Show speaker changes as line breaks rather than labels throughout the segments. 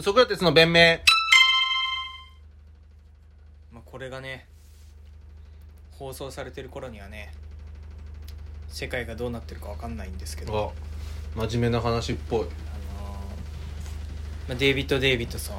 ソクラテスの弁明
まあ、これがね放送されてる頃にはね世界がどうなってるかわかんないんですけど、あの
あ真面目な話っぽい
ーまあ、デイビッド・デイビッドソン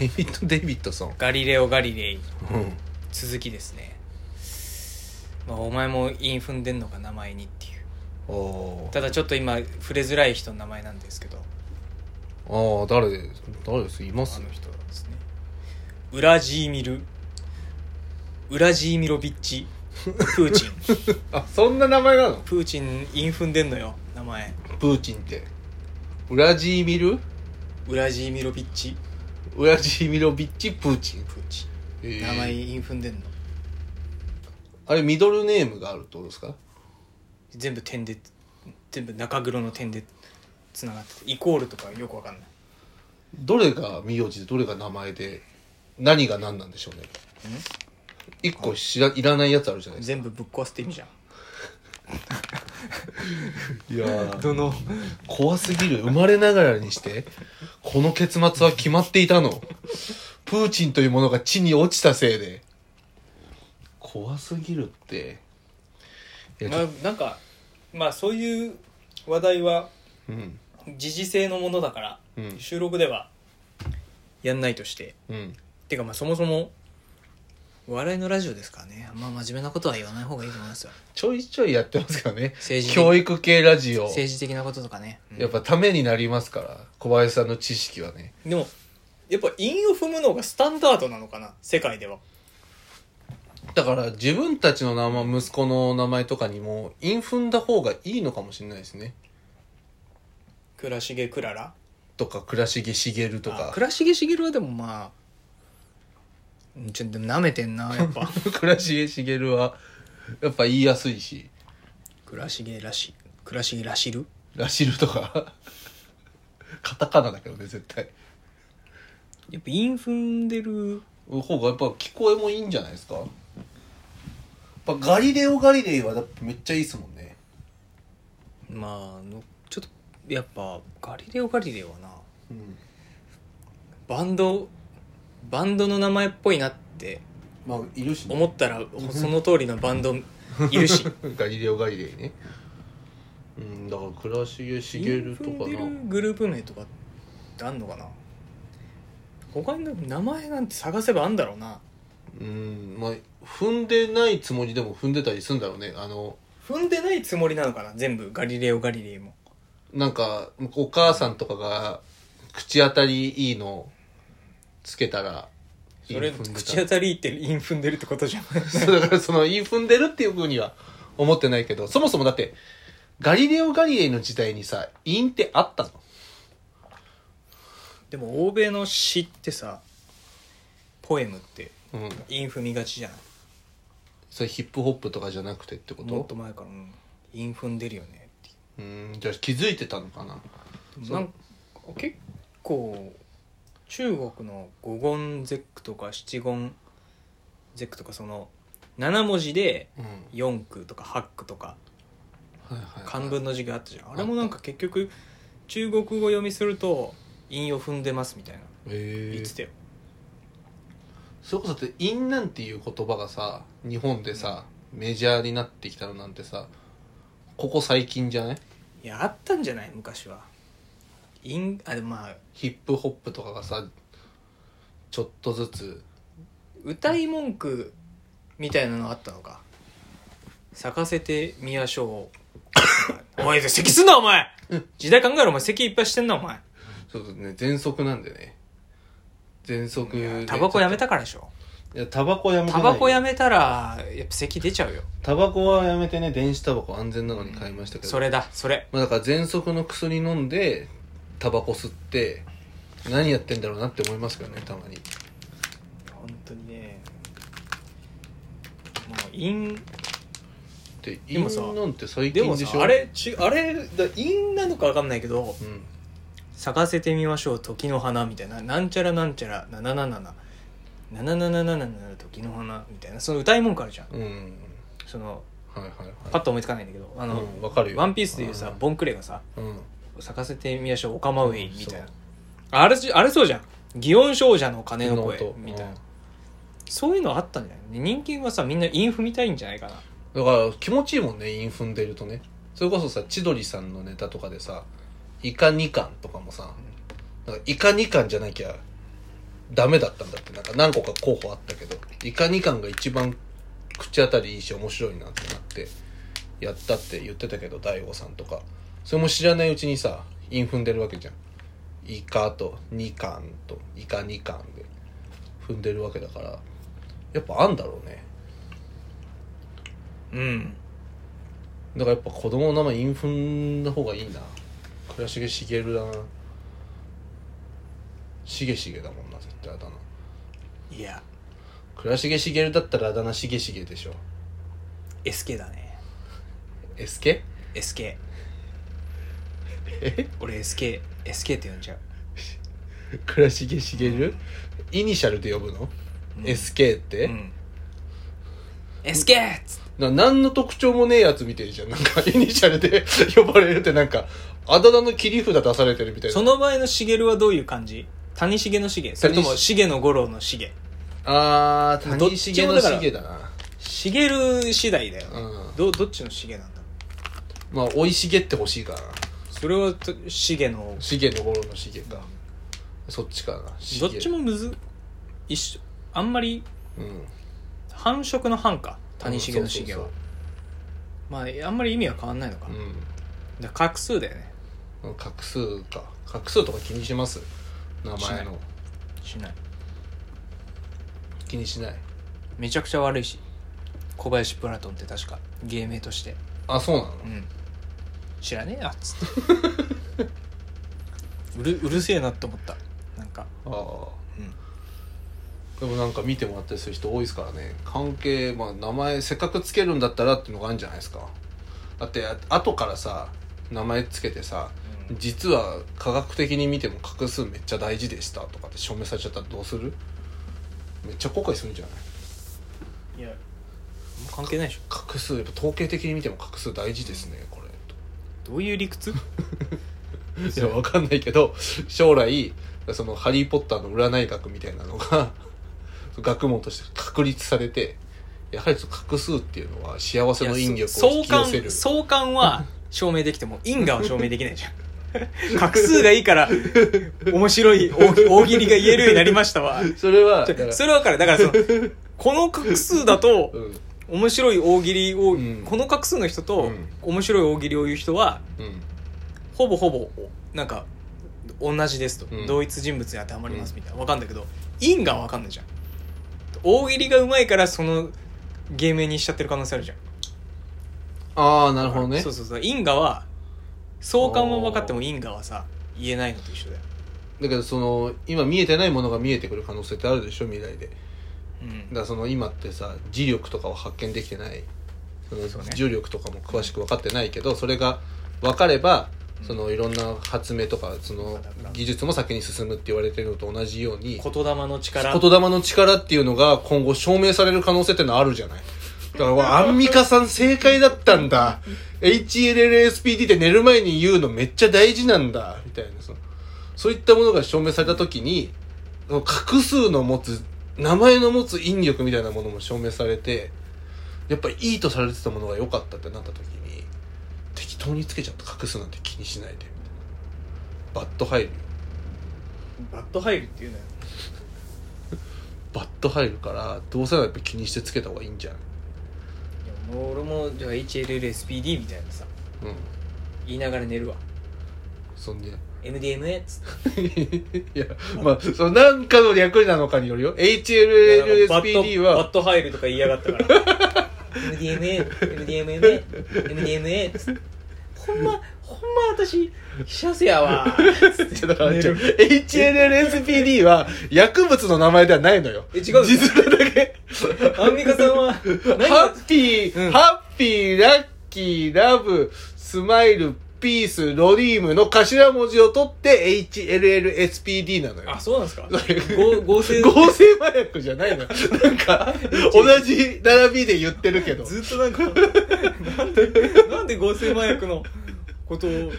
デイビッド・デイビッドソン
ガリレオ・ガリレイ
うん
続きですね、まあ、お前も韻踏んでんのか名前にっていう
おー
ただちょっと今触れづらい人の名前なんですけど
あー誰です誰ですいます
あの人ですねウラジーミルウラジーミロビッ チプーチン
あそんな名前なの
プーチン韻踏んでんのよ名前
プーチンってウラジーミル
ウラジーミロビッチ
ウラジーミロビッチ・プーチン、
プーチン
えー
名前韻踏んでんの
あれミドルネームがあるってことですか
全部点で全部中黒の点でつながっててイコールとかよくわかんない
どれが名字でどれが名前で何が何なんでしょうね一個知らいらないやつあるじゃないです
全部ぶっ壊すって意味じゃん
かいやー
どの
怖すぎる生まれながらにしてこの結末は決まっていたのプーチンというものが地に落ちたせいで怖すぎるっていやち
ま
ょ
あなんかまあそういう話題は
うん
時事性のものだから、
うん
収録ではやんないとして
うん
てかまあそもそもお笑いのラジオですからねあんま真面目なことは言わない方がいいと思いますよ
ちょいちょいやってますからね
政治
教育系ラジオ
政治的なこととかね、うん
やっぱためになりますから小林さんの知識はね
でもやっぱ韻を踏むのがスタンダードなのかな世界では
だから自分たちの名前息子の名前とかにも韻踏んだ方がいいのかもしれないですね
倉重クララ
とか倉重茂と
あ
か
倉重茂はでもまあうんちょっとなめてんなやっ ぱ
倉重茂はやっぱ言いやすいし
倉重らし倉重らしる
ラシルとか カタカナだけどね絶対
やっぱ韻踏んでる
方がやっぱ聞こえもいいんじゃないですかやっぱガリレオ・ガリレイはだってめっちゃいいですもんね
まあのちょっとやっぱガリレオ・ガリレオはな
うん
バンドバンドの名前っぽいなって
まあいるしね
思ったらその通りのバ ンドいるし
ガリレオ・ガリレイねうんだから倉重茂とか
韻踏んで
な
るグループ名とかってあんのかな他に名前なんて探せばあんだろうな
うんまあ踏んでないつもりでも踏んでたりするんだろうねあの
踏んでないつもりなのかな全部ガリレオ・ガリレイも
なんかお母さんとかが口当たりいいのつけたら
それ
韻踏んでた
口当たりいいって韻踏んでるってことじゃん
そうだからその韻踏んでるっていうふうには思ってないけど、そもそもだって、ガリレオ・ガリレイの時代にさ、韻ってあったの
でも欧米の詩ってさポエムって
うん。
韻踏みがちじゃない
それヒップホップとかじゃなくてってこ
もっ
と
と前から、うん、韻踏んでるよねっていう
うーん、じゃあ気づいてたのかなそう
なんか結構中国の五言絶句とか七言絶句とかその7文字で
うん。
4句とか8句とか
はいはい。
漢文の字があったじゃんあれもなんか結局中国語読みすると韻を踏んでますみたいな
え
言っ
ー
てたよ
それこそだって、韻なんていう言葉がさ、日本でさ、メジャーになってきたのなんてさ、ここ最近じゃない
いやあったんじゃない昔は韻あでもまあ
ヒップホップとかがさ、ちょっとずつ、
歌い文句みたいなのあったのか咲かせてみやしょうお前咳すんなお前時代考えろお前咳いっぱいしてんなお前
そうだね、喘息なんでね。喘息で
タバコやめたからでしょ
いや、タバコやめてな
タ
い
バコやめたらやっぱ咳出ちゃうよ
タバコはやめてね、電子タバコ安全なのに買いましたけど。
それだそれ
まあだから喘息の薬飲んで、タバコ吸って、何やってんだろうなって思いますけどね、たまに。
本当にねもう陰
で、
で
イ
もさ
ンなんて最
で
近
も
でし
さ
ょ
あれちあれだ陰なのか分かんないけど
うん。
咲かせてみましょう時の花みたいななんちゃらなんちゃら7777777時の花みたいなその歌い文句あるじゃん
うん。
その
はいはいはい。
パッと思いつかないんだけどあの、
うん、わかるよ。
ワンピースでいうさ、ボンクレがさ
うん。
「咲かせてみましょうオカマウェイ」みたいな
そ
あれあれそうじゃん祇園少女の鐘の声
の音
みたいな、そういうのあったんじゃない人間はさみんな韻踏みたいんじゃないかな
だから気持ちいいもんね韻踏んでるとねそれこそさ千鳥さんのネタとかでさ「イカ二貫」とかもさなんかイカ二貫じゃなきゃダメだったんだってなんか何個か候補あったけどイカ二貫が一番口当たりいいし面白いなってなってやったって言ってたけど大悟さんとかそれも知らないうちにさ韻踏んでるわけじゃんイカと二貫とイカ二貫で踏んでるわけだからやっぱあんだろうね
うん
だからやっぱ子供の名前インフンの方がいいな倉重茂だなしげしげだもんな絶対あだ名
いや
倉重茂だったらあだ名しげしげでしょ
SK だね
SK?
SK
え
俺 SKSK って呼んじゃう
倉重茂イニシャルで呼ぶの、
うん
?SK って、
うん、SK! っつって
な何の特徴もねえやつみてえじゃんなんかイニシャルで呼ばれるってなんかあだ名の切り札出されてるみたいな
その場合の茂はどういう感じ谷茂の茂それとも
谷
茂の五郎の茂
あー
どっ
谷
ち
重
も
の
だから
茂だな
茂次第だよ、
うん
どどっちの茂なんだろう
まあおい茂ってほしいからな
それはと茂の
茂の頃の茂か、そっちかな
ど
茂
っちもむず一緒あんまり
うん
繁殖の繁か谷繁の繁は、
うん
まああんまり意味は変わんないのか,、
そうそう
だから画数だよね
そううん画数か画数とか気にします名
しな
前
い
の
しない
気にしない
めちゃくちゃ悪いし小林プラトンって確か芸名として
あそうなの
うん知らねえやっつって うるうるせえなって思ったなんか
ああ
うん
でもなんか見てもらったりする人多いですからね関係まあ名前せっかくつけるんだったらっていうのがあるんじゃないですかだってあ後からさ名前つけてさ実は科学的に見ても画数めっちゃ大事でしたとかって証明されちゃったらどうするめっちゃ後悔するんじゃない
いや関係ないでしょ
画数やっぱ統計的に見ても画数大事ですねこれ
どういう理 屈
いやわかんないけど 将来その「ハリー・ポッター」の占い学みたいなのが 学問として確立されてやはりその画数っていうのは幸せの引力を引き寄せ
いや
る
そう相関相関は証明できても因果は証明できないじゃん画数がいいから面白い大喜大喜利が言えるようになりましたわ
それは
じ
だか
ゃ
ら
それは分かるだからそのこの画数だと
うん
面白い大喜利を、
うん
この画数の人
う
と
ん
面白い大喜利を言う人は
うん
ほぼほぼなんか同じですと、
うん
同一人物に当てはまりますみたいな分かんないけど因果は分かんないじゃん大喜利がうまいからその芸名にしちゃってる可能性あるじゃん
ああなるほどね
そうそうそう因果は相関は分かっても因果はさ言えないのと一緒だよ、
だけどその今見えてないものが見えてくる可能性ってあるでしょ未来で
うん
だからその今ってさ磁力とかを発見できてないその
そうね
重力とかも詳しく分かってないけどそれが分かれば
うん
そのいろんな発明とかその技術も先に進むって言われてるのと同じように
言霊の力
言霊の力っていうのが今後証明される可能性ってのはあるじゃないだからわアンミカさん正解だったんだ HLLSPD って寝る前に言うのめっちゃ大事なんだみたいなそのそういったものが証明された時にその画数の持つ名前の持つ引力みたいなものも証明されてやっぱいいとされてたものが良かったってなった時に適当につけちゃった画数なんて気にしないでみたいなバット入るよ
バット入るっていうのよ
バット入るからどうせならやっぱ気にしてつけた方がいいんじゃん
いやもう俺もじゃあ HLLSPD みたいなさ
うん
言いながら寝るわ
そんで
MDMA っつって
いやまあその何かの略なのかによるよ HLLSPD
バ
は
ット入るとか言いやがったから MDMAMDMAMDMA っつってほんまほんま私シャセやわつって
だから
寝
違う
る
HLLSPD は薬物の名前ではないのよ
え違うんだ
実名だけ
アンミカさんは何
ハ
が
ッピー、
うん
ハッピーラッキーラブスマイルピースロリームの頭文字を取って HLLSPD なのよ
あそうなんですか
それ
合合成
合成麻薬じゃないのよなん か同じ並びで言ってるけど
ずっとなんかなんでなんで合成麻薬のことを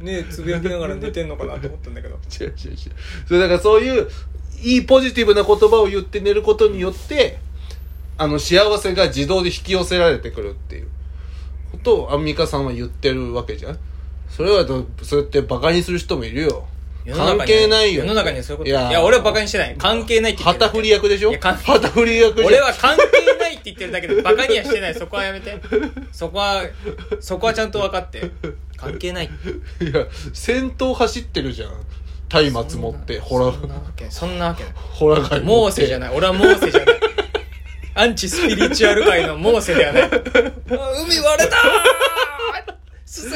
ねつぶやきながら寝てんのかなと思ったんだけど
違う違う違うそれだからそういういいポジティブな言葉を言って寝ることによってあの幸せが自動で引き寄せられてくるっていうことをアンミカさんは言ってるわけじゃんそれはどそうやってバカにする人もいるよ
世の中に
関係ないよ
世の中にはそういうこと
い
い
や
や俺はバカにしてない関係ないって言って
旗
る
振り役でしょ
いや関
旗振り役じゃん
俺は関係ないって言ってる だけでバカにはしてないそこはやめてそこはそこはちゃんと分かって関係ない
いや先頭走ってるじゃん松明持ってほら
そんなわけそんなわけない
ほら貝
モーセじゃ
ない
ない俺はモーセじゃないアンチスピリチュアル界のモーセでは ないあ海割れたー進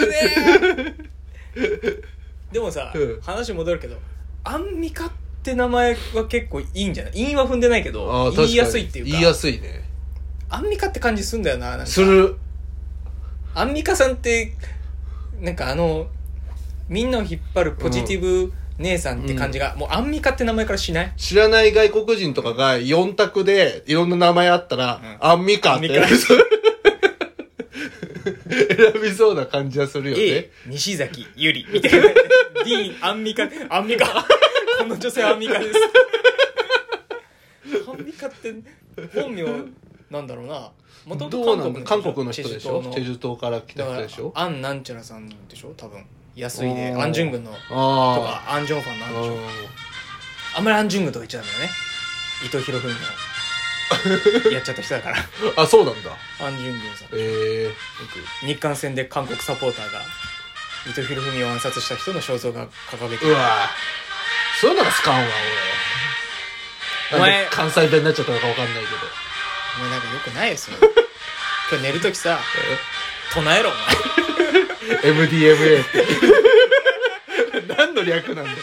めーでもさ、
うん
話戻るけどアンミカって名前は結構いいんじゃない韻は踏んでないけ
あ
ど
ー
言いやすいっていうか
言いやすいね
アンミカって感じすんだよななんか
する
アンミカさんってなんかあのみんなを引っ張るポジティブ姉さんって感じが、もうアンミカって名前からしない
知らない外国人とかが4択でいろんな名前あったら、
うん
アンミカって
アンミカ
選びそうな感じはするよね。
A 西崎ゆりみたい な D アンミカアンミカこの女性アンミカですアンミカって本名なんだろうなもとも
どうな
と
んだ韓国の人でしょ
チェジュ島の
チェジュ島から来た
だか
人
ら
でしょ
アンなんちゃらさんでしょ多分安いで
おー
アンジュン軍のと
あ
かアンジョンファンのア
あ
ンジョンあんまりアンジュングとか言っちゃダメだよね伊藤博文 のやっちゃった人だから
あ、そうなんだ。
アンジュングさん
え
日韓戦で韓国サポーターが伊藤博文を暗殺した人の肖像が掲げ
え
て
ー。うわぁ。そういうのが好かんわ、俺。
お前
なんで関西弁になっちゃったのかわかんないけど。
お前なんかよくないですよ今日寝るときさ唱えろお
MDMA って。何の略なんだよ